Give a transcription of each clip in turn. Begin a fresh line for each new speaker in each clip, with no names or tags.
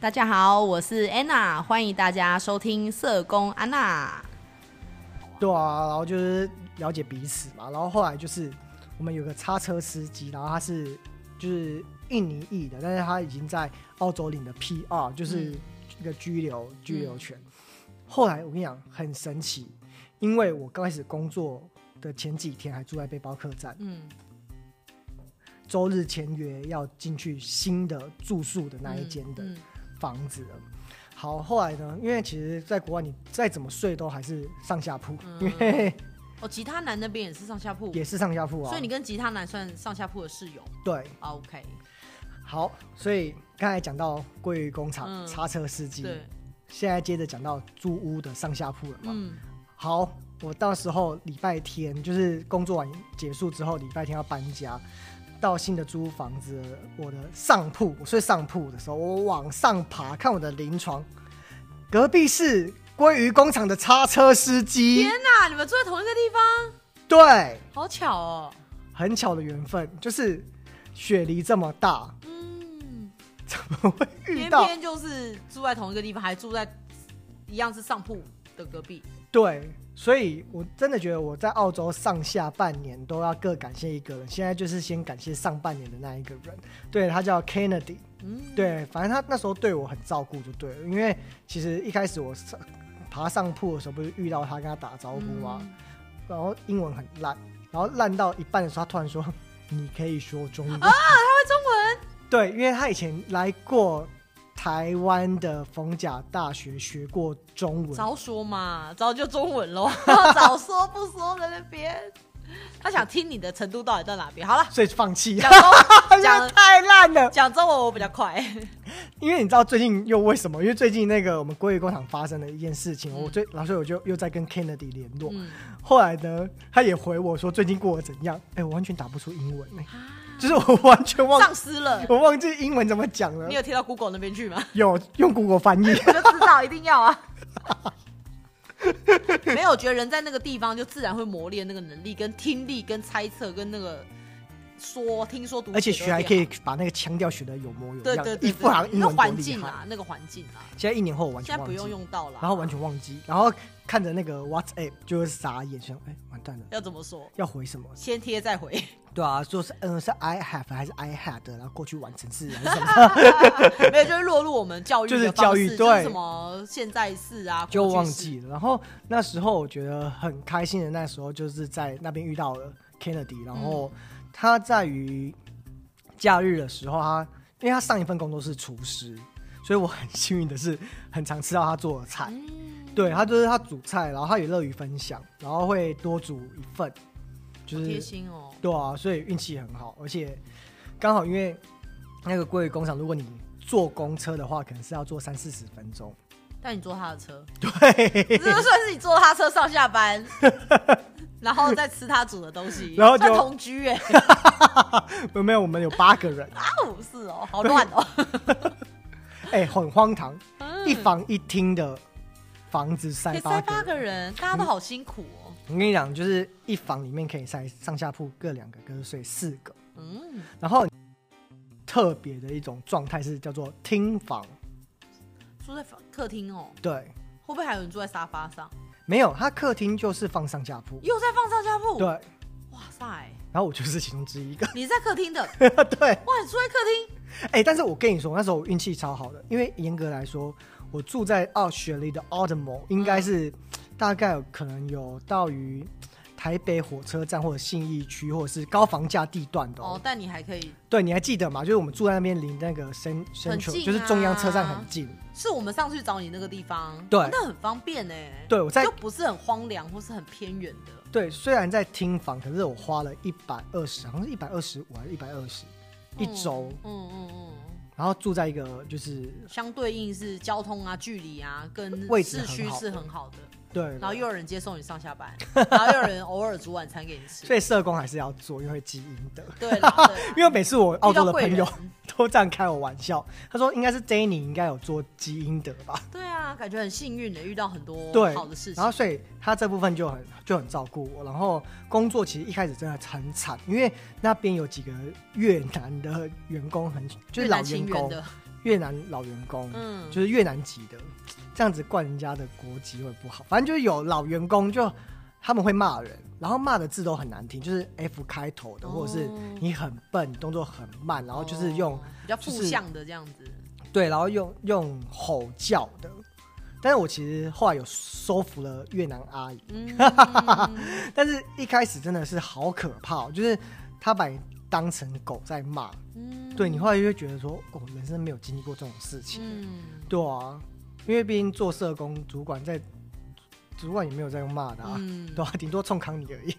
大家好，我是 Anna，欢迎大家收听《社工安娜
对啊，然后就是了解彼此嘛。然后后来就是我们有个叉车司机，然后他是就是印尼裔的，但是他已经在澳洲领的
嗯
PR，就是一个居留居留权。后来我跟你讲很神奇，因为我刚开始工作的前几天还住在背包客栈》。，
嗯，
周日签约要进去新的住宿的那一间的
嗯
房子了。好，后来呢？因为其实，在国外你再怎么睡都还是上下铺，因为
哦，吉他男那边也是上下铺，
也是上下铺啊。
所以你跟吉他男算上下铺的室友。
对，
啊 OK，
好，所以刚才讲到鲑鱼工厂、
嗯
叉车司机，
对，
现在接着讲到租屋的上下铺了嘛。
嗯
好，我到时候礼拜天就是工作完结束之后，礼拜天要搬家。到新的租房子，我的上铺，我睡上铺的时候，我往上爬，看我的临床，隔壁是鲑鱼工厂的叉车司机
天，哪，你们住在同一个地方，
对，
好巧哦。
很巧的缘分，就是雪梨这么大，
嗯，
怎么会遇
偏
到？
偏就是住在同一个地方，还住在一样是上铺的隔壁。
对，所以我真的觉得我在澳洲上下半年都要各感谢一个人。现在就是先感谢上半年的那一个人，对他叫 Kennedy，
嗯，
对，反正他那时候对我很照顾就对了。因为其实一开始我上爬上铺的时候，不是遇到他跟他打招呼吗？
嗯
然后英文很烂，然后烂到一半的时候，他突然说：“你可以说中文。
啊他会中文。
对，因为他以前来过台湾的逢甲大学学过中文，
早说嘛，早就中文喽， 早说不说在那边。他想听你的程度到底到哪边？好了，
所以放弃。
讲中
讲
讲
哎 太烂了，
讲中文我比较快。
因为你知道最近又为什么？因为最近那个我们鲑鱼工厂发生了一件事情，
嗯
我最然后所以我就又在跟 Kennedy 联络。
嗯，
后来呢，他也回我说最近过得怎样？哎、我完全打不出英文、哎
啊
就是我完全忘
丧失了。
我忘记英文怎么讲了
你。有贴到 Google 那边去吗？
有用 Google 翻译，
我就知道一定要啊。 没有，我觉得人在那个地方就自然会磨练那个能力、跟听力、跟猜测、跟那个说、听说读写都会变好，
而且学还可以把那个腔调学的有模有
对
样，
对
一
对
副好
对
像，英
那
文多
环
厉
境
害。
啊，那个环境啊，
现在一年后我完
现在
全忘
不
记，
用用到了，
然后完全忘记，然后看着那个 WhatsApp 就是傻眼，想哎、完蛋了，
要怎么说？
要回什么？
先贴再回，
对啊，就是嗯是 I have 还是 I had，然后过去完成式还是什么？
没有，就是落入我们教育的
就是
方式
教育对
什么现在式啊，
就忘
过去式。
记了。然后那时候我觉得很开心的，那时候就是在那边遇到了
嗯
Kennedy，然后他在于假日的时候他，因为他上一份工作是厨师，所以我很幸运的是很常吃到他做的菜。
嗯
对他就是他煮菜，然后他也乐于分享，然后会多煮一份，就
好贴
是
心哦，
对啊，所以运气很好，而且刚好因为那个贵工厂，如果你坐公车的话，可能是要坐三四十分 钟。
但你坐他的车，
对，
这就算是你坐他车上下 班，然后再吃他煮的东西，
然后就
算同居哎、
没有，我们有八个人，
啊，哦，是哦，好乱哦，
哎、很荒唐，
嗯
一房一厅的房子塞
可以
八
塞
个
八
人。
个人，大家都好辛苦哦，
我跟你讲，就是一房里面可以塞上下铺各两个，跟睡四个。
嗯，
然后特别的一种状态是叫做厅房，
住在客厅哦，
对，
会不会还有人住在沙发上？
没有，他客厅就是放上下铺，
又在放上下铺，
对。，
哇塞，
然后我就是其中之一 个，
你在客厅的，
对。
哇，你住在客厅，
哎、但是我跟你说，那时候我运气超好的，因为严格来说，我住在奥雪梨的 Audemo，应
嗯
该是、大概有可能有到于台北火车站或者信义区，或者是高房价地段的、哦
哦，。但你还可以
对，你还记得吗？就是我们住在那边，离那个深深
近啊
就是中央车站很近。
是我们上次去找你那个地方，
对
哦那很方便呢、
对我在
就不是很荒凉或是很偏远的，
对，虽然在厅房，可是我花了一百二十，好像是一百二十五还是一百二十一周，
嗯嗯嗯嗯，
然后住在一个就是
相对应是交通啊、距离啊，跟
位置
市
很
区
好
是很好的，
对，
然后又有人接送你上下班， 然后又有人偶尔煮晚餐给你吃，
所以社工还是要做，因为会基因的。
对啦，对 啦
因为每次我澳洲的朋
遇到
友
贵
都这样开我玩笑，他说应该是 Danny 应该有做基因的吧，
对啊，感觉很幸运的、遇到很多
对，
好的事情
然后，所以他这部分就很就很照顾我，然后工作其实一开始真的很惨，因为那边有几个越南的员工很就是
越
老
南
员
亲缘
工，
的，
越南老员工，
嗯，
就是越南籍的，这样子冠人家的国籍会不好。反正就是有老员工就他们会骂人，然后骂的字都很难听，就是 F 开头的，或者是
哦
你很笨，你动作很慢，然后就是用、
哦比较
就
负
是
向的这样子，
对，然后用用吼叫的。但是我其实后来有收服了越南阿姨，
嗯，
但是一开始真的是好可怕、哦，就是他把你当成狗在骂，
嗯
对你，后来就会觉得说，哦，人生没有经历过这种事情，
嗯
对啊，因为毕竟做社工主管在，主管也没有在用骂的啊，
嗯
对啊，顶多冲康你 而已，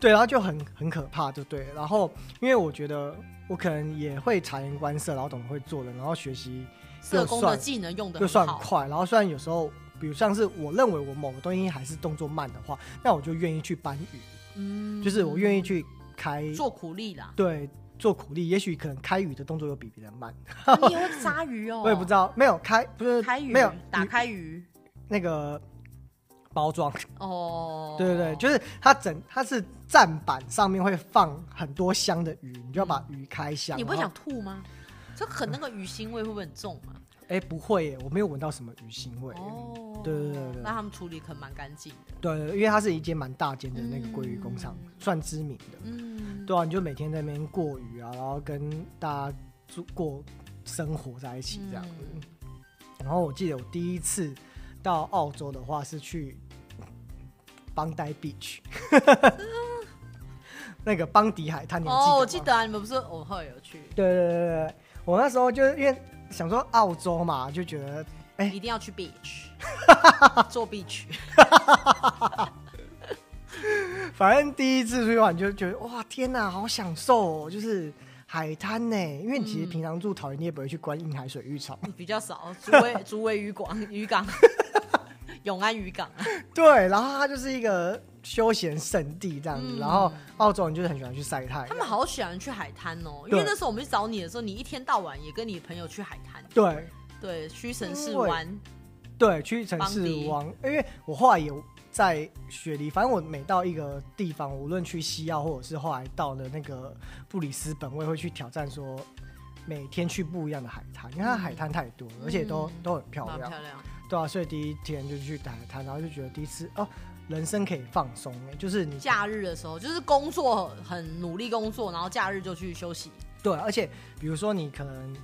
对，然后就很很可怕，就对了，然后因为我觉得我可能也会察言观色，然后懂得会做人，然后学习
社工
又
的
算
技能用的
又算
好，
快，然后虽然有时候，比如像是我认为我某个东西还是动作慢的话，那我就愿意去搬鱼，
嗯
就是我愿意去开。
做苦力啦
对做苦力，也许可能开鱼的动作又比别人慢，
啊你也会杀鱼哦？
我也不知道，没有开不是
开鱼，
没有
打
鱼
开鱼
那个包装，
哦。
对对对，就是它整它是站板上面会放很多箱的鱼，你就要把鱼开
嗯
箱。
你不会
然
想
后？
吐吗？就很那个鱼腥味会不会很重啊？
哎、不会耶，我没有闻到什么鱼腥味。
哦，
对对对对
那他们处理可能蛮干净的。
对对，对因为它是一间蛮大间的那个鲑鱼工厂，
嗯
算知名的。
嗯，
对啊，你就每天在那边过鱼啊，然后跟大家住过生活在一起这样子。
嗯
然后我记得我第一次到澳洲的话是去邦代 beach，那个邦迪海滩，你还
哦，我
记
记
吗
得啊，你们不是我后来有去，
对对对对对，我那时候就是因为想说澳洲嘛，就觉得哎
一定要去 beach，做 beach，
反正第一次出去玩就觉得哇天哪，好享受哦，就是海滩呢。因为你
嗯
其实平常住桃园，你也不会去观印海水浴场。
比较少。竹围竹围渔港，渔港， 永安渔港啊。
对，然后它就是一个休闲圣地这样子。
嗯
然后澳洲人就是很喜欢去晒太阳。
他们好喜欢去海滩哦，因为
对
那时候我们去找你的时候，你一天到晚也跟你朋友去海滩，
对
对，去城市
因为
玩，
对，去城
邦
市
迪
玩，因为我后来有在雪梨，反正我每到一个地方，无论去西澳或者是后来到了那个布里斯本，我也会去挑战说。每天去不一样的海滩，因为它海滩太多了，而且都、
嗯
都很漂
蛮
亮，
漂亮。
对啊，所以第一天就去海滩，然后就觉得第一次哦，人生可以放松哎、就是你
假日的时候，就是工作很努力工作，然后假日就去休息。
对，而且比如说你可能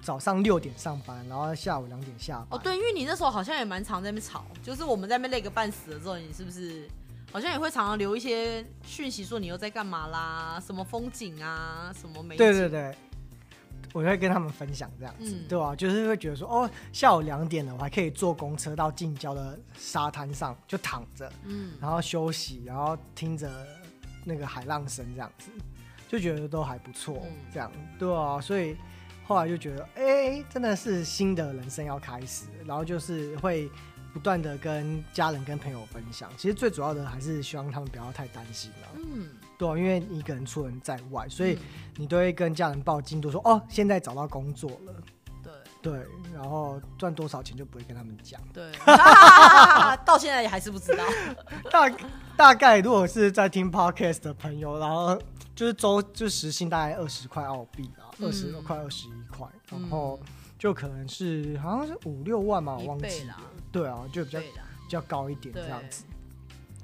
早上六点上班，然后下午两点下班。
哦，对，因为你那时候好像也蛮常在那边吵，就是我们在那边累个半死了之后，你是不是好像也会常常留一些讯息说你又在干嘛啦，什么风景啊，什么美景？
对对对，我就会跟他们分享这样子，
嗯
对啊？就是会觉得说，哦，下午两点了，我还可以坐公车到近郊的沙滩上就躺着，
嗯，
然后休息，然后听着那个海浪声这样子，就觉得都还不错，
嗯
这样对啊，所以后来就觉得，哎、真的是新的人生要开始，然后就是会不断的跟家人、跟朋友分享。其实最主要的还是希望他们不要太担心了、
嗯，
对啊，因为你一个人出门在外，所以你都会跟家人报进度说，哦，现在找到工作了。
对
对，然后赚多少钱就不会跟他们讲。
对、啊，到现在也还是不知道。
大大概如果是在听 podcast 的朋友，然后就是周就时薪大概二十块澳币啊，
嗯
二十块二十一块，
嗯
然后就可能是好像是五六万嘛，我
一
忘
倍
记
啦
了。对啊，就 比较
对啦，
比较高一点
对
这样子。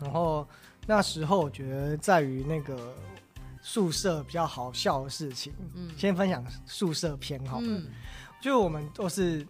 然后那时候我觉得在于那个宿舍比较好笑的事情，
嗯
先分享宿舍偏好了。
嗯
就我们都是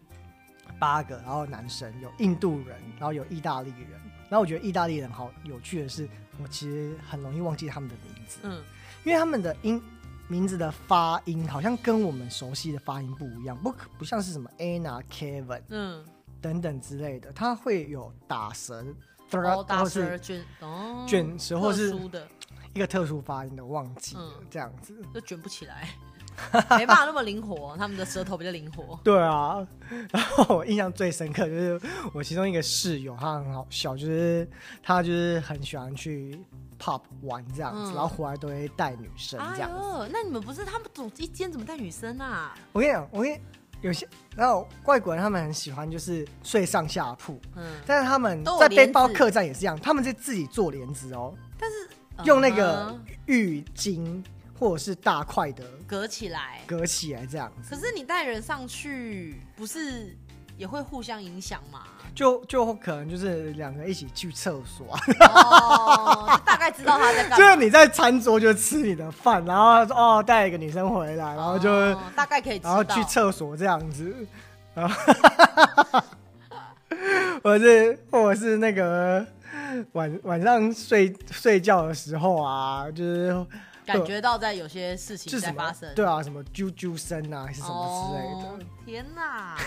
八个，然后男生有印度人，然后有意大利人。然后我觉得意大利人好有趣的是，我其实很容易忘记他们的名字，
嗯，
因为他们的音名字的发音好像跟我们熟悉的发音不一样，不不像是什么 Anna、Kevin
嗯，
等等之类的，它会有打舌，
哦，大
或
蛇
是
卷哦，
卷舌，或
特
是
殊的
一个特殊发音的，忘记了
嗯
这样子。
就卷不起 来，没办法那么灵活，他们的舌头比较灵 活。
对啊，然后我印象最深刻就是我其中一个室友，他很好笑，就是他就是很喜欢去 pub 玩这样子，
嗯
然后回来都会带女生
哎
这样。
呦，那你们不是他们总一间怎么带女生啊？
我跟你讲，我跟你有些然后外国人他们很喜欢就是睡上下铺，
嗯，
但是他们
都有
在背包
帘子
客
啊
栈也是这样，他们是自己做帘子哦，
但是
用那个浴巾或者是大块的
隔起来。
隔起来这样
可
子，
是你带人上去，不是也会互相影响吗？
就就可能就是两个一起去厕所啊，
哦，大概知道他 在干
就
嘛。
是你在餐桌就吃你的饭，然后说哦带一个女生回来，然后就、
哦大概可以知道，
然后去厕所这样子， 然后或者是或者是那个晚晚上睡睡觉的时候啊，就是
感觉到在有些事
就
情
是什
在发
么
生，
对啊，什么啾啾声啊，还是什么之类的。
哦、天 哪！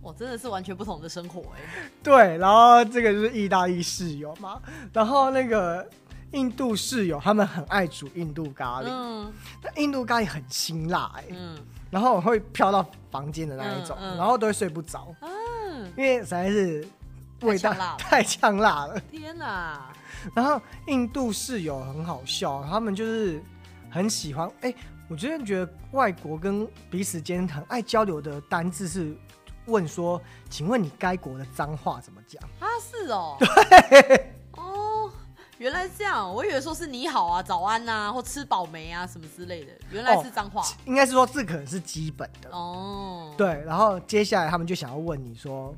我真的是完全不同的生活哎、
对，然后这个就是意大利室友嘛，然后那个印度室友他们很爱煮印度咖喱，
嗯
但印度咖喱很辛辣哎、
嗯
然后我会飘到房间的那一种，
嗯嗯
然后都会睡不着，
嗯，
因为实在是味道
太呛辣了
太呛辣了。
天哪！
然后印度室友很好笑，他们就是很喜欢哎，我真的觉得外国跟彼此间很爱交流的单字是问说，请问你该国的脏话怎么讲？
啊是哦，哦，原来是这样，我以为说是你好啊、早安呐、或吃饱没啊什么之类的，原来是脏话
应该是说这可能是基本的。
哦。
对，然后接下来他们就想要问你说，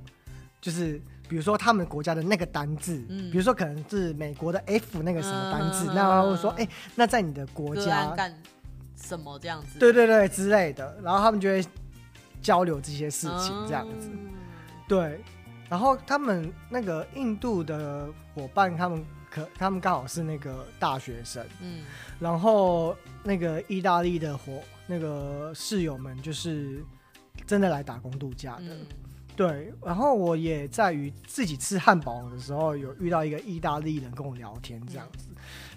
就是比如说他们国家的那个单字，
嗯
比如说可能是美国的 F 那个什么单字，
嗯
那他会说，哎、那在你的国
个案
家，
干什么这样子？
对对对之类的，然后他们就会交流这些事情这样子，
嗯
对，然后他们那个印度的伙伴，他们可他们刚好是那个大学生，
嗯
然后那个意大利的伙那个室友们就是真的来打工度假的。
嗯
对，然后我也在于自己吃汉堡的时候，有遇到一个意大利人跟我聊天这样子，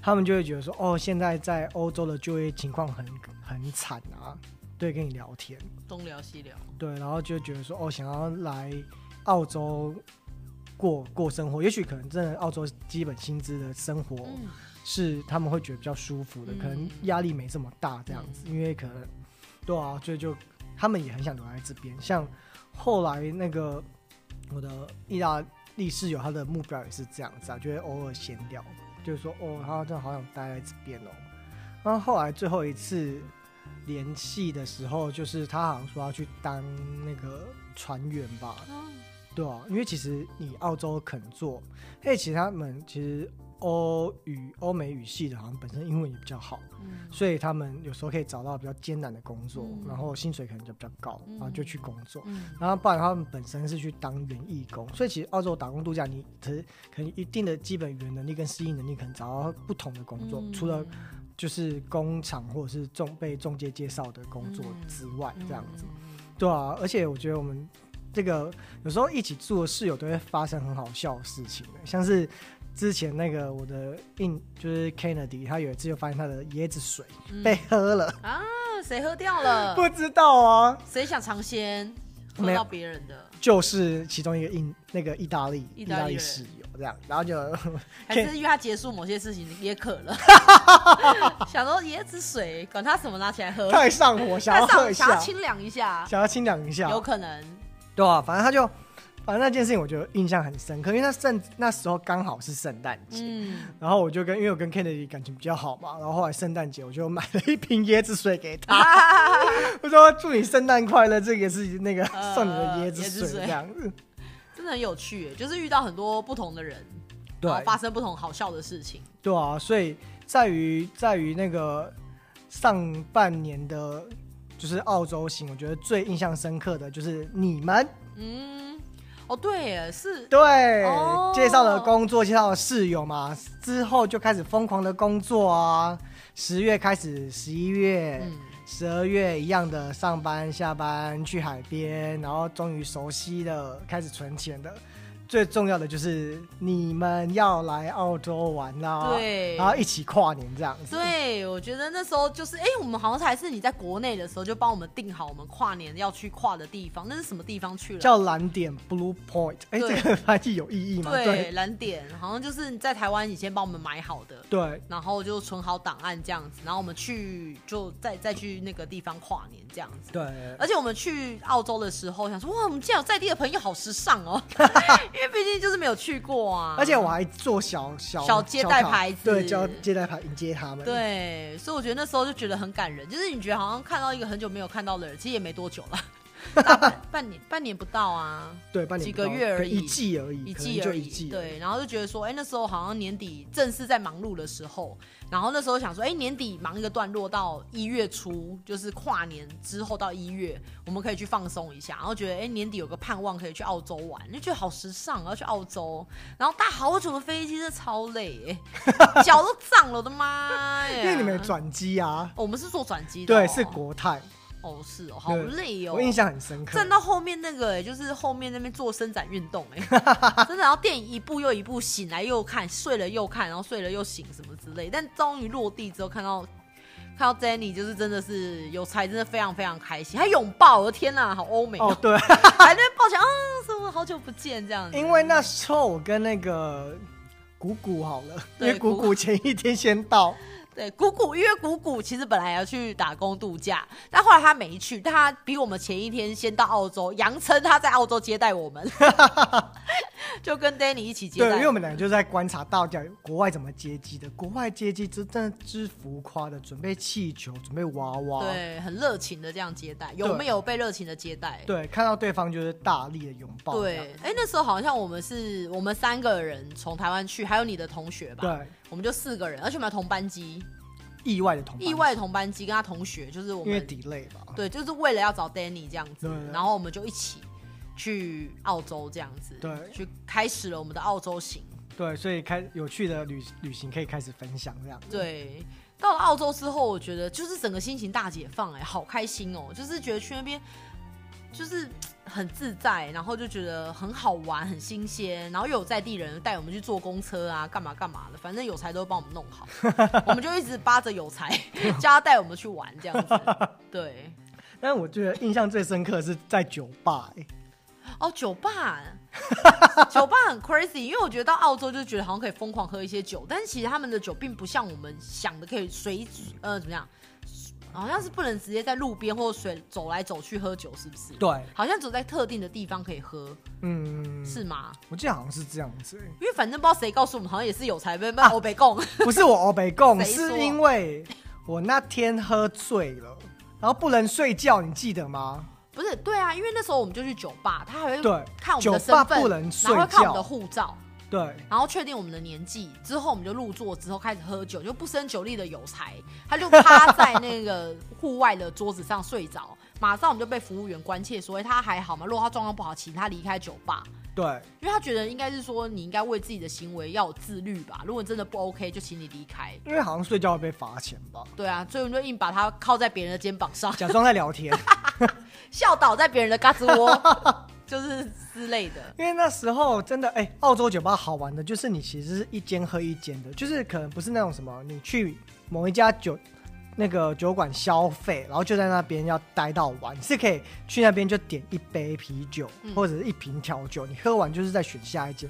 他们就会觉得说，哦，现在在欧洲的就业情况很很惨啊，对，跟你聊天，
东聊西聊，
对，然后就觉得说，哦，想要来澳洲过过生活，也许可能真的澳洲基本薪资的生活
嗯
是他们会觉得比较舒服的，
嗯
可能压力没这么大这样子，因为可能对啊，所以就他们也很想留在这边。像后来那个我的意大利室友，他的目标也是这样子啊，就会偶尔闲聊，就是说哦，他真的好想待在这边哦。然后后来最后一次联系的时候，就是他好像说要去当那个船员吧，
嗯
对啊，因为其实你澳洲肯做，哎，其实他们其实欧语、欧美语系的，好像本身英文也比较好，
嗯
所以他们有时候可以找到比较艰难的工作，
嗯
然后薪水可能就比较高，然后就去工作。
嗯
然后不然他们本身是去当园艺工，所以其实澳洲打工度假，你可能可能一定的基本语言能力跟适应能力，可能找到不同的工作，
嗯
除了就是工厂或者是中被中介介绍的工作
嗯
之外，这样子。，
嗯
对啊，而且我觉得我们这个有时候一起住的室友都会发生很好笑的事情，欸像是之前那个我的印就是 Kennedy，他有一次就发现他的椰子水
嗯
被 喝了，
啊，谁喝掉了？
不知道啊，
谁想尝鲜喝
没有
到别人的？
就是其中一个印那个意大利
意
意
大利
大利
人
室友这样，然 后就
还是因为他结束某些事情也渴 了，想说椰子水，管他什么，拿起来喝，
太上火，想要
但
喝一
想想
下
要，清凉一下，
想要清凉一下，
有可能。
对啊，反正他就。反正那件事情我觉得印象很深刻，因为那圣那时候刚好是圣诞节，
嗯，
然后我就跟，因为我跟 Kennedy 感情比较好嘛，然后后来圣诞节我就买了一瓶椰子水给他，我说祝你圣诞快乐，这个是那个
呃
送你的椰
椰
子
子水
水这样嗯子，
真的很有趣耶，就是遇到很多不同的人，
对
然后发生不同好笑的事情。
对啊，所以在于在于那个上半年的，就是澳洲行，我觉得最印象深刻的就是你们
嗯，哦对耶，是
对、
哦
介绍了工作，介绍了室友嘛，之后就开始疯狂的工作啊，十月开始，十一月。
嗯
十二月一样的上班、下班、去海边，然后终于熟悉了，开始存钱的。最重要的就是你们要来澳洲玩啦、
对
然后一起跨年这样子。
对，我觉得那时候就是，哎、我们好像还是你在国内的时候就帮我们定好我们跨年要去跨的地方，那是什么地方去了？
叫蓝点 Blue Point，哎，
对
这个翻译有意义吗？
对
对
蓝点，好像就是你在台湾你先帮我们买好的，
对
然后就存好档案这样子，然后我们去就再再去那个地方跨年这样子。
对
而且我们去澳洲的时候，想说哇，我们竟然有在地的朋友，好时尚哦！因为为毕竟就是没有去过啊，
而且我还做小小
小接待
卡
牌子
对，叫接待牌迎接他们。，
对，所以我觉得那时候就觉得很感人，就是你觉得好像看到一个很久没有看到的人，其实也没多久了，大半半年半年不到啊，
对，半年
几
不
个
到
月而
对一
已
季而已，
一
可
季
能就
而
一
已。
季。，
对，然后就觉得说，哎、那时候好像年底正是在忙碌的时候，然后那时候想说，哎、年底忙一个段落到一月初，就是跨年之后到一月，我们可以去放松一下。然后觉得，哎、年底有个盼望可以去澳洲玩，就觉得好时尚，要去澳洲。然后搭好久的飞机，真的超累、欸 脚都胀了，我的妈呀！
因为你们有转机啊，
哦我们是坐转机的、
对，是。国泰，
哦，是哦，好
对
累哦。
我印象很深刻
站。到后面那个、欸，就是后面那边做伸展运 动、欸，哎，真的，然后电影一部又一部，醒来又看，睡了又看，然后睡了又醒，什么之类。但终于落地之后，看到看到 Jenny，就是真的是有才，真的非常非常开心，还拥抱，我的天哪、好欧美、
哦，对，
还在那边抱起来，啊，什么好久不见这样子。
因为那时候我跟那个谷谷好了，因
对
为谷
谷
谷前一天先到，
对，谷谷，因为谷谷其实本来要去打工度假，但后来他没去，但他比我们前一天先到澳洲，扬称他在澳洲接待我 们，就跟 Danny 一起接待。
对，因为我们两个就是在观察到底国外怎么接机的，国外接机真真的之浮夸的，准备气球，准备娃娃，
对很热情的这样接待，有没有被热情的接待？
对，看到对方就是大力的拥抱这
对
样，，
哎、那时候好像我们是我们三个人从台湾去，还有你的同学吧，，
对，
我们就四个人，而且我们还同班机，
意外的同伴
意外同班机跟他同学，就是我
因为
们
delay 吧，
对，就是为了要找 Danny 这样子
对，
然后我们就一起去澳洲这样子，
对嗯
去开始了我们的澳洲行。
对，所以开有趣的旅旅行可以开始分享这样，，
对，到了澳洲之后，我觉得就是整个心情大解放、哎，好开心哦！就是觉得去那边就是嘖很自在，然后就觉得很好玩、很新鲜，然后又有在地人带我们去坐公车啊，干嘛干嘛的，反正有才都会帮我们弄 好，我们就一直扒着有才， 叫他带我们去玩这样子。对，
但是我觉得印象最深刻的是在酒吧、欸
哦，酒吧， 酒吧很 crazy，因为我觉得到澳洲就觉得好像可以疯狂喝一些酒，但是其实他们的酒并不像我们想的可以随呃怎么样，好像是不能直接在路边或水走来走去喝酒，是不是？，
对，
好像只有在特定的地方可以喝，
嗯，
是吗？
我记得好像是这样子、欸
因为反正不知道谁告诉我们，好像也是有才被被
啊
欧北共，
不是我哦欧北共，
谁说
是因为我那天喝醉了，然后不能睡觉，你记得吗？
不是？对啊，因为那时候我们就去酒吧，他还会
对
看我们的
酒吧
身份，
不能睡
然后会看我们
觉
的护照。
对
然后确定我们的年纪之后，我们就入座之后开始喝酒，就不胜酒力的有才，他就趴在那个户外的桌子上睡着。马上我们就被服务员关切说：“哎，他还好吗？如果他状况不好，请他离开酒吧。
对，”
因为他觉得应该是说你应该为自己的行为要有自律吧。如果你真的不 OK，就请你离开。
因为好像睡觉会被罚钱吧，
对啊，所以我们就硬把他靠在别人的肩膀上，
假装在聊天。
笑倒在别 人的嘎吱窝，就是之类的。
因为那时候真的，哎、澳洲酒吧好玩的就是你其实是一间喝一间的，就是可能不是那种什么，你去某一家酒那个酒馆消费，然后就在那边要待到晚，你是可以去那边就点一杯啤酒
嗯
或者是一瓶调酒，你喝完就是再选下一间。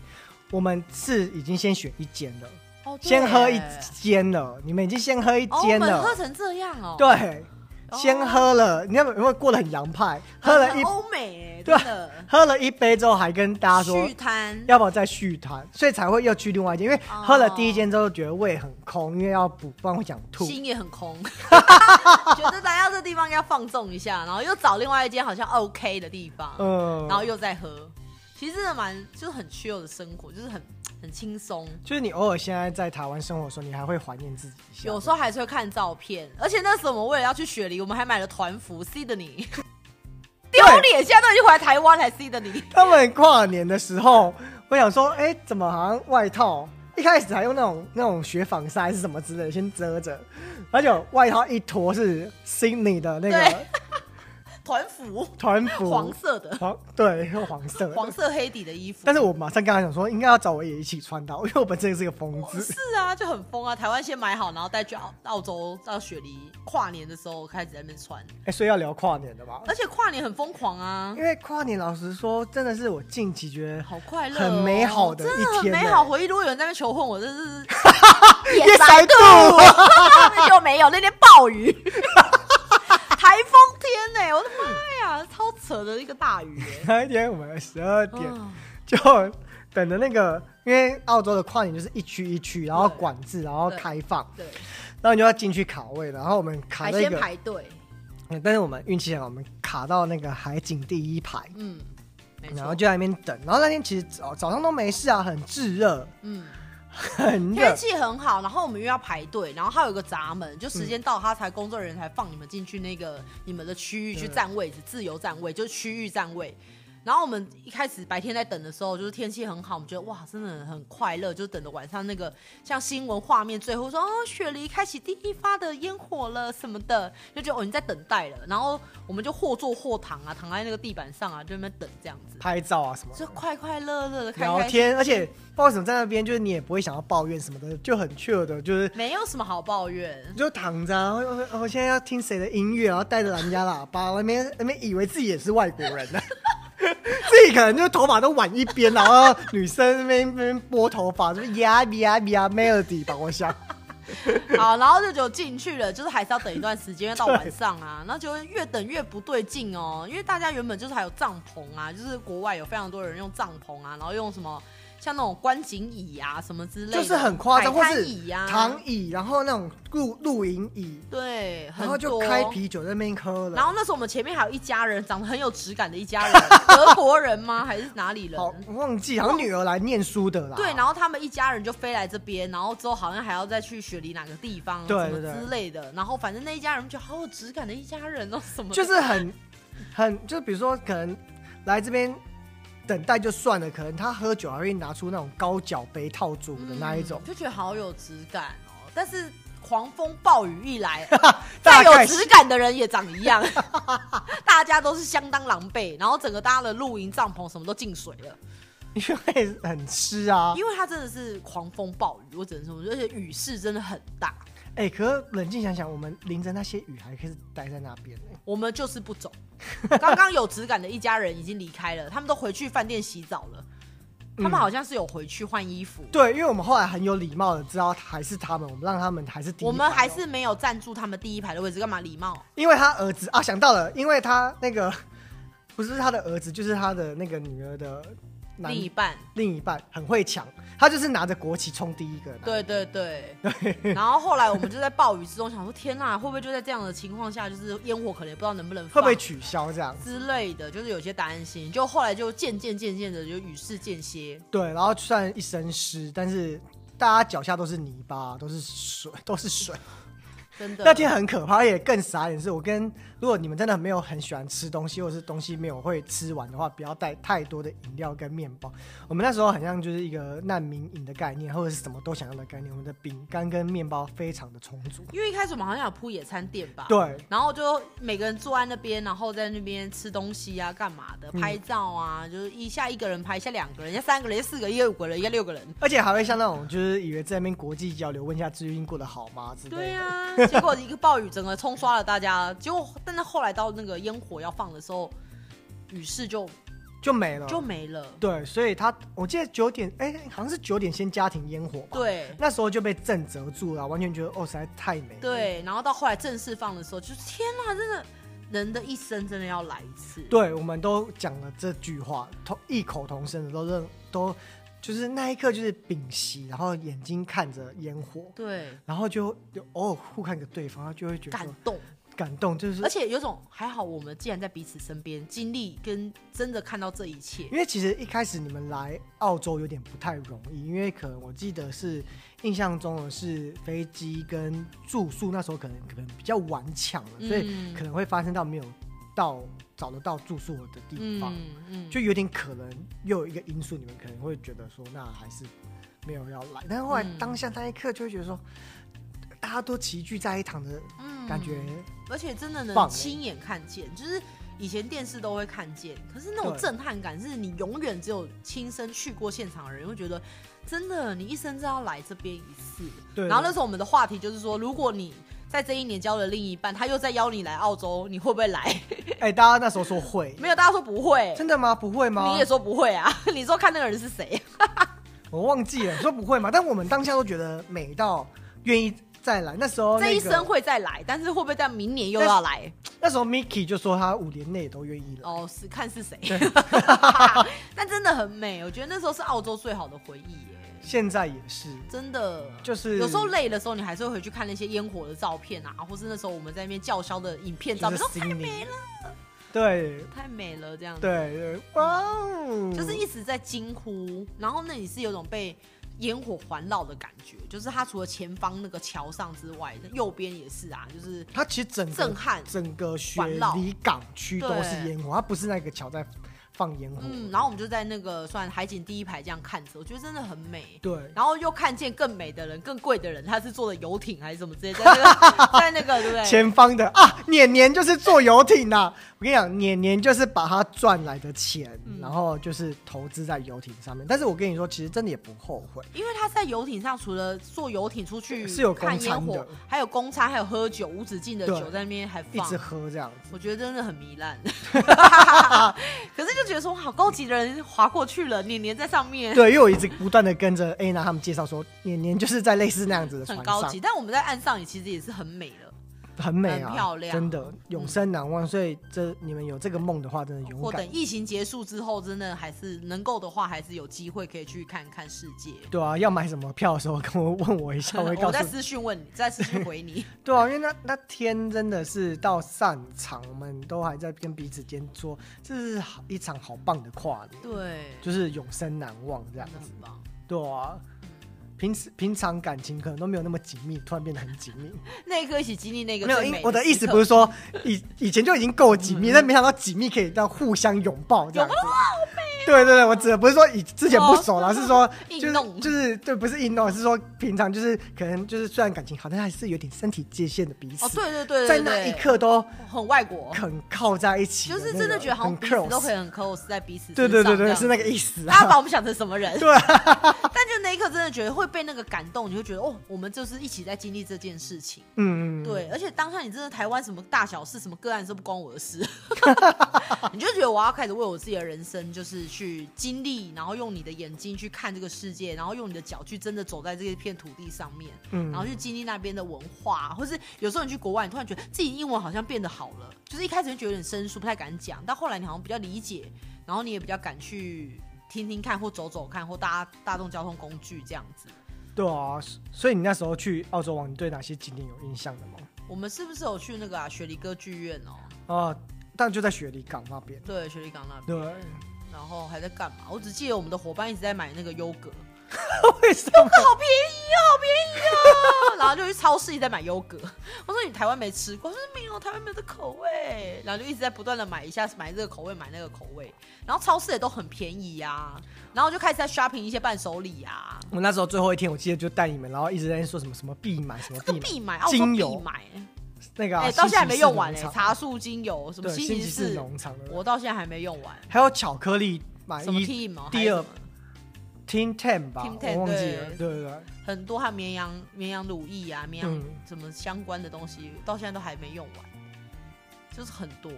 我们是已经先选一间了，
哦，对
先喝一
耶
间了，你们已经先喝一
哦，我
间
们
了，
喝成这样哦，
对，
哦
先喝了，你有没有过得很洋派？喝了
很
一、
欧美耶，
对
真
啊
的。
喝了一杯之后，还跟大家说
续摊，
要不要再续摊，所以才会又去另外一间，因为
哦
喝了第一间之后觉得胃很空，因为要补，不然会想吐。
心也很空， 觉得来到这地方要放纵一下，然后又找另外一间好像 OK 的地方，
嗯，
然后又再喝。其实真的蛮就是很 chill 的生活，就是很很轻松。
就是你偶尔现在在台湾生活的时候，你还会怀念自己一下。
有时候还是会看照片，而且那时候我们为了要去雪梨，我们还买了团服 Sydney，丢脸！现在都已经回来台湾了，还 Sydney，
他们跨年的时候，我想说，哎、怎么好像外套一开始还用那种那种雪纺纱还是什么之类的先遮着，而且外套一脱是 Sydney 的那个
对团服
团服，
黄色的，
黄对，是黄色的
黄色黑底的衣服。
但是我马上跟他讲说，应该要找我也一起穿到，因为我本身也是个疯子。
是啊，就很疯啊！台湾先买好，然后带去澳澳洲到雪梨跨年的时候开始在那边穿，
哎、所以要聊跨年的吧？
而且跨年很疯狂啊
因，为跨年，老实说，真的是我近期觉得
好快乐哦、
很美好的一天
真的很美
欸
好回忆。如果有人在那边求婚，我真 的是
夜塞
度， 那就没有那天暴雨，台风天呢、我的妈呀，超扯的一个大雨、欸。
嗯那一天我们十二点
啊
就等的那个，因为澳洲的跨年就是一区一区，然后
对
管制，然后
对
开放，
对，
然后你就要进去卡位，然后我们卡
还
在一
先
个，
排队，
嗯但是我们运气很好，我们卡到那个海景第一排，
嗯，没错
然后就在那边等，然后那天其实早早上都没事啊，很炙热，
嗯，
很热
天，气很好，然后我们又要排队，然后还有一个闸门，就
嗯
时间到他才工作人员才放你们进去那个你们的区域去
对
占位置，自由占位就是区域占位。然后我们一开始白天在等的时候，就是天气很好，我们觉得哇，真的很快乐，就等着晚上那个像新闻画面最后说哦，雪梨开启第一发的烟火了什么的，就觉得哦你在等待了。然后我们就或坐或躺啊，躺在那个地板上啊，就在那边等这样子，
拍照啊什么的，
就快快乐乐的开
聊
开心
天，而且不知道为什么在那边，就是你也不会想要抱怨什么的，就很 chill 的，就是
没有什么好抱怨。
就躺着、啊，我我我现在要听谁的音乐，然后带着蓝牙喇叭，那边那边以为自己也是外国人呢、啊 自己可能就头发都挽一边，然后女生那边那边拨头发，就是呀呀呀 melody 吧，我想。
好，然后就就进去了，就是还是要等一段时间，因为到晚上啊， 然后就越等越不对劲哦，因为大家原本就是还有帐篷啊，就是国外有非常多人用帐篷啊，然后用什么像那种观景椅啊什么之类的，
就是很夸张，
海
或
滩
是
椅啊，
躺椅，然后那种露露营椅，
对，
然后
很
就
多
开。啤酒在那边喝了。
然后那时候我们前面还有一家人，长得很有质感的一 家人，德国人吗？还是哪里人？
好，我忘记好像女儿来念书的啦。
对，然后他们一家人就飞来这边，然后之后好像还要再去雪梨哪个地方，
对
什
对
么
对
之类的。然后反正那一家人就好有质感的一家人哦，什么的
就是很很就是比如说可能来这边等待就算了，可能他喝酒还会拿出那种高脚杯套住的那一种
嗯，就觉得好有质感哦。但是狂风暴雨一 来，
大
再
概
有
是
质感的人也长一样， 大家都是相当狼狈，然后整个大家的露营帐篷什么都进水了，
因为很湿啊。
因为它真的是狂风暴雨，我只能说，而且雨势真的很大，
哎、可是冷静想想，我们淋着那些雨还可以待在那边、欸，
我们就是不走。 刚刚有质感的一家人已经离开了，他们都回去饭店洗澡了。他们
嗯
好像是有回去换衣服，
对，因为我们后来很有礼貌的知道还是他们，我们让他们还是第一
我们
排
还
哦
是没有占住他们第一排的位置，干嘛礼貌？
因为他儿子啊，想到了，因为他那个不是他的儿子，就是他的那个女儿的男
另一半，
另一半很会抢，他就是拿着国旗冲第一个，
对，对 对，然后后来我们就在暴雨之中想说，天呐，会不会就在这样的情况下，就是烟火可能也不知道能不能
会
放
不会取消这样？
之类的，就是有些担心。就后来就渐渐渐渐的就雨势渐歇，
对，然后虽然一身湿，但是大家脚下都是泥巴，都是水，都是水。
真的。
那天很可怕，也更傻眼是，我跟如果你们真的没有很喜欢吃东西，或者是东西没有会吃完的话，不要带太多的饮料跟面包。我们那时候很像就是一个难民营的概念，或者是什么都想要的概念。我们的饼干跟面包非常的充足。
因为一开始我们好像有铺野餐垫吧，
对，
然后就每个人坐在那边，然后在那边吃东西啊，干嘛的，
嗯
拍照啊，就是一下一个人拍，一下两个人，一下三个人，一下四个人，一下五个人，一下六个人。
而且还会像那种就是以为在那边国际交流，问一下最近过得好吗之类的。
对
啊
呀、结果一个暴雨整个冲刷了大家，结果但是后来到那个烟火要放的时候，雨势就
就没了。
就没了。
对，所以他我记得九点，哎、好像是九点先家庭烟火吧。
对
那时候就被震折住了，完全觉得哦，实在太美。，
对，然后到后来正式放的时候，就是天哪，真的，人的一生真的要来一次。
对，我们都讲了这句话，同异口同声的都认都，就是那一刻就是屏息，然后眼睛看着烟火，
对
然后就就偶尔互看个对方，然后就会觉得
感
说
动，
感动，就是
而且有种还好，我们既然在彼此身边，经历跟真的看到这一切，
因为其实一开始你们来澳洲有点不太容易，因为可能我记得是印象中的是飞机跟住宿那时候可能可能比较顽强了，所以
嗯
可能会发生到没有到找得到住宿的地方，
嗯嗯
就有点可能又有一个因素，你们可能会觉得说那还是没有要来，但是后来
嗯
当下那一刻就会觉得说。大家都齐聚在一堂的
嗯
感觉，
而且真的
棒
能
欸
亲眼看见，就是以前电视都会看见，可是那种
对
震撼感是你永远只有亲身去过现场的人会觉得，真的你一生只要来这边一次。
对。
然后那时候我们的话题就是说，如果你在这一年交了另一半，他又再邀你来澳洲，你会不会来？
哎、大家那时候说会，
没有，大家说不会，
真的吗？不会吗？
你也说不会啊， 你说看那个人是谁？
我忘记了，说不会嘛？但我们当下都觉得美到愿意再来。那时候、哦那
这
个
一生会再来，但是会不会在明年又要来？哦
那时候 Miki 就说他五年内都愿意来。
哦，是看是谁。 但真的很美，我觉得那时候是澳洲最好的回忆耶，
现在也是，
真的。
就是
有时候累的时候，你还是会回去看那些烟火的照片啊，或是那时候我们在那边叫嚣的影片照
就
片，
是
说啊
Sydney，对
太美了这样子。
对对，哇哦，
就是一直在惊呼，然后那里是有种被烟火环绕的感觉，就是它除了前方那个桥上之外，右边也是啊，就是
它其实整个
震撼
整个雪
环绕
梨港区都是
对
烟火，它不是那个桥在放烟火，
嗯，然后我们就在那个算海景第一排这样看着，我觉得真的很美。
对，
然后又看见更美的人、更贵的人，他是坐的游艇还是什么之类，在那个在那个对不对？
前方的啊，年年就是坐游艇呐、我跟你讲，年年就是把他赚来的钱，
嗯
然后就是投资在游艇上面。但是我跟你说，其实真的也不后悔。
因为他在游艇上，除了坐游艇出去
是有
看
公
烟
餐的
火，还有公餐，还有喝酒，无止境的
对
酒在那边还放，
一直喝这样子，
我觉得真的很糜 烂，可是就觉得说好高级的人划过去了，年年在上面，
对，因为我一直不断的跟着 A 娜他们介绍说，年年就是在类似那样子的船
很
上，
高级。但我们在岸上也其实也是很美了，
很美啊，
很漂亮嗯
真的永生难忘。所以这你们有这个梦的话，真的勇
或
敢
等，疫情结束之后，真的还是能够的话，还是有机会可以去看看世界。
对啊，要买什么票的时候跟我问我 一下，我会告
我
诉
在
你。
私讯问你，在私讯回 你。
对啊，因为那那天真的是到散场，我们都还在跟彼此间说，这是好一场好棒的跨年，
对，
就是永生难忘这样
真的
子
很。棒。
对啊，平时平常感情可能都没有那么紧密，突然变得很紧密。
那一刻一起经历那个
没有，
最
因
美
我的意思不
是
是说以以前就已经够紧
嗯
密，但没想到紧密可以到互相拥抱这样
哦
子。对对对，我指的不是说以之前不熟啦，是说
啊硬
就是
弄
就是对，不是硬弄，是说平常就是可能就是虽然感情好，但还是有点身体界限的彼此。
哦，对对对对
在那
对
一刻都
很外国，
肯靠在一起
就
的那个，
是真的觉得好像
很
彼此都
close。
很很 close 在彼此
对
身
对对
上这
对，
样
是那个意思
大家把
啊。
我们想成什么人？
对
但就那一刻真的觉得会被那个感动，你会觉得哦，我们就是一起在经历这件事情。
嗯，嗯，
对，而且当下你真的台湾什么大小事、什么个案都不关我的 事，你就觉得我要开始为我自己的人生就是去经历，然后用你的眼睛去看这个世界，然后用你的脚去真的走在这一片土地上面，
嗯
然后去经历那边的文化，或是有时候你去国外，你突然觉得自己英文好像变得好了，就是一开始会觉得有点生疏，不太敢讲，但后来你好像比较理解，然后你也比较敢去听听看或走走看或搭大众交通工具这样子。
对啊，所以你那时候去澳洲玩，你对哪些景点有印象的吗？
我们是不是有去那个啊雪梨歌剧院哦？
啊，但就在雪梨港那边。
对，雪梨港那边。
对，
然后还在干嘛？我只记得我们的伙伴一直在买那个优 格，
为什么？
好便宜哦，好便宜哦， 然后就去超市一直在买优格。我说你台湾没吃过，他说没有，台湾没有这口味，然后就一直在不断的买一下，买这个口味，买那个口味，然后超市也都很便宜呀、然后就开始在 shopping 一些伴手礼啊呀、
我那时候最后一天，我记得就带你们，然后一直在说什么什么必买什么
这
必
个
买，
必买，澳洲
精
必
油
买，
那个啊
哎、到现在还没用完
新
哎、
奇士农场
茶树精油什么
对
西
新
芹
奇士
士，
农场的，
我到现在还没用完。
还有巧克力买
什么
一
team 哦，
第二
还是什么
Team Ten 吧，
Team Ten，
我忘记了，
对
对对对，
很多和绵羊、绵羊乳液啊、绵羊
嗯
什么相关的东西，到现在都还没用完，就是很多。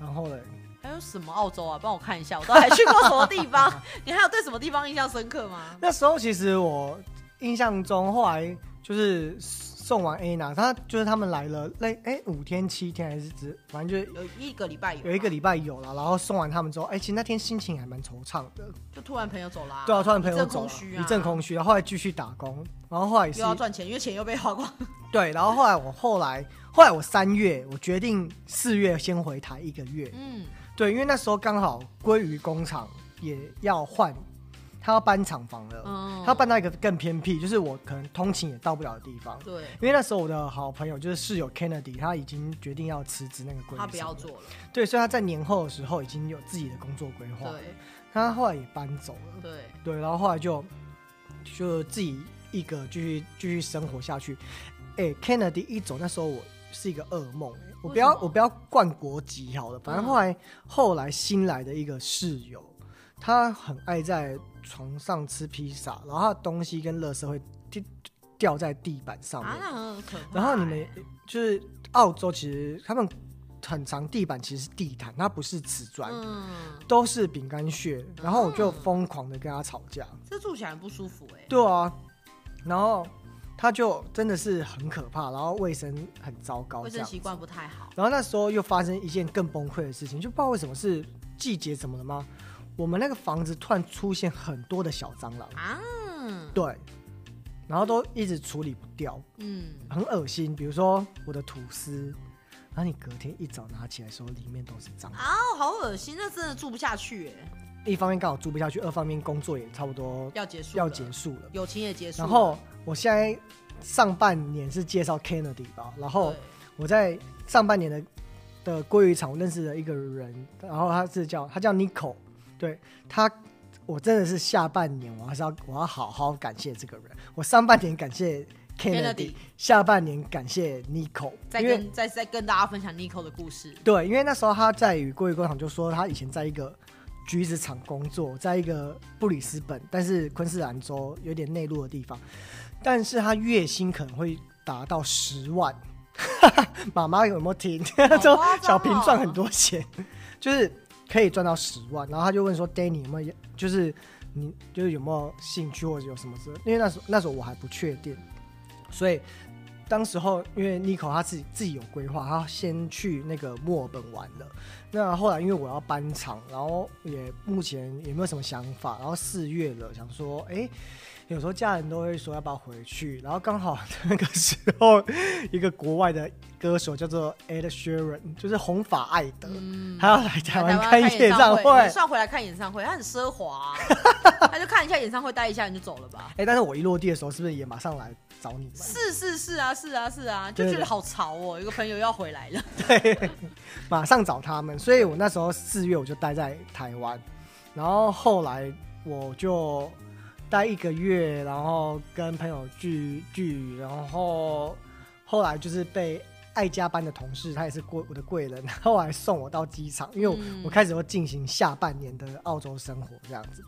然后嘞，
还有什么澳洲啊？帮我看一下，我到底还去过什么地方？ 你还有对什么地方印象深刻吗？
那时候其实我印象中，后来就是送完 A 娜，他就是他们来了，那哎五天七天还是只，反正就是
有一个礼拜有，
有一个，礼拜有了，然后送完他们之后，哎，其实那天心情还蛮惆怅的，
就突然朋友走啦、
对啊，突然朋友走
一阵空
了，
虚啊，
一阵空虚，然后后来继续打工，然后后来也
又
是
要赚钱，因为钱又被花 光。
对，然后后来我后来后来我三月我决定四月先回台一个月，
嗯，
对，因为那时候刚好鲑鱼工厂也要换，他要搬厂房了，
嗯
他要搬到一个更偏僻，就是我可能通勤也到不了的地方。
对，
因为那时候我的好朋友就是室友 Kennedy，他已经决定要辞职那个鲑鱼
他不要
厂了，
做了，
对，所以他在年后的时候已经有自己的工作规划，
对
他后来也搬走了。
对，
对，然后后来就就自己一个继续继续生活下去。哎、k e n n e d y 一走，那时候我是一个噩梦、哎我
为
不
什
要
么嗯
我不要冠国籍好了，反正后来、后来新来的一个室友，他很爱在床上吃披萨，然后他的东西跟垃圾会掉掉在地板上面
啊，。那很可怕欸。
然后你们就是澳洲，其实他们很长地板其实是地毯，它不是瓷砖，
嗯，
都是饼干屑。然后我就疯狂的跟他吵架。
这住起来很不舒服哎、
对啊，然后他就真的是很可怕，然后卫生很糟糕
卫
这
生
样。
习惯不太好。
然后那时候又发生一件更崩溃的事情，就不知道为什么是季节怎么了吗？我们那个房子突然出现很多的小蟑螂，
啊，
对，然后都一直处理不掉，
嗯，
很恶心。比如说我的吐司，然后你隔天一早拿起来的时候，里面都是蟑螂。
啊，好恶心，那真的住不下去哎，
一方面刚好住不下去，二方面工作也差不多
要结束了，
要结束了。
友情也结束了，
然后我现在上半年是介绍 Kennedy 吧，然后
对
我在上半年的的鲑鱼场，我认识了一个人，然后他是叫他叫 Nico，对他，我真的是下半年我还是要我要好好感谢这个人。我上半年感谢 Kennedy，,
Kennedy
下半年感谢 Nico，
再
因为
跟再再跟大家分享 Nico 的故事，
对，因为那时候他在与鲑鱼工厂就说他以前在一个橘子厂工作，在一个布里斯本，但是昆士兰州有点内陆的地方，但是他月薪可能会达到十万。 妈妈有没有听？就
夸张哦
小平赚很多钱，就是可以赚到十万。然后他就问说：“Danny 有没有，就是你就是有没有兴趣或者有什么之类？”因为那时候那时候我还不确定，所以当时候因为 Nico 他自己自己有规划，他先去那个墨尔本玩了。那后来因为我要搬厂，然后也目前也没有什么想法，然后四月了，想说哎。诶有时候家人都会说要不要回去，然后刚好那个时候，一个国外的歌手叫做 Ed Sheeran，就是红发艾德，
嗯，
他要来台湾开
演
演唱
会，
会
你。算回来看演唱会，他很奢 华啊、他就看一下演唱会，待一下你就走了吧。
哎、但是我一落地的时候，是不是也马上来找你们？
是是是啊是啊是啊，就
对
觉得
对
好潮哦，有个朋友要回来了，
马上找他们，所以我那时候四月我就待在台湾，然后后来我就待一个月，然后跟朋友聚聚，然后后来就是被爱加班的同事，他也是贵我的贵人，后来送我到机场，因为我、
嗯
我开始要进行下半年的澳洲生活这样子。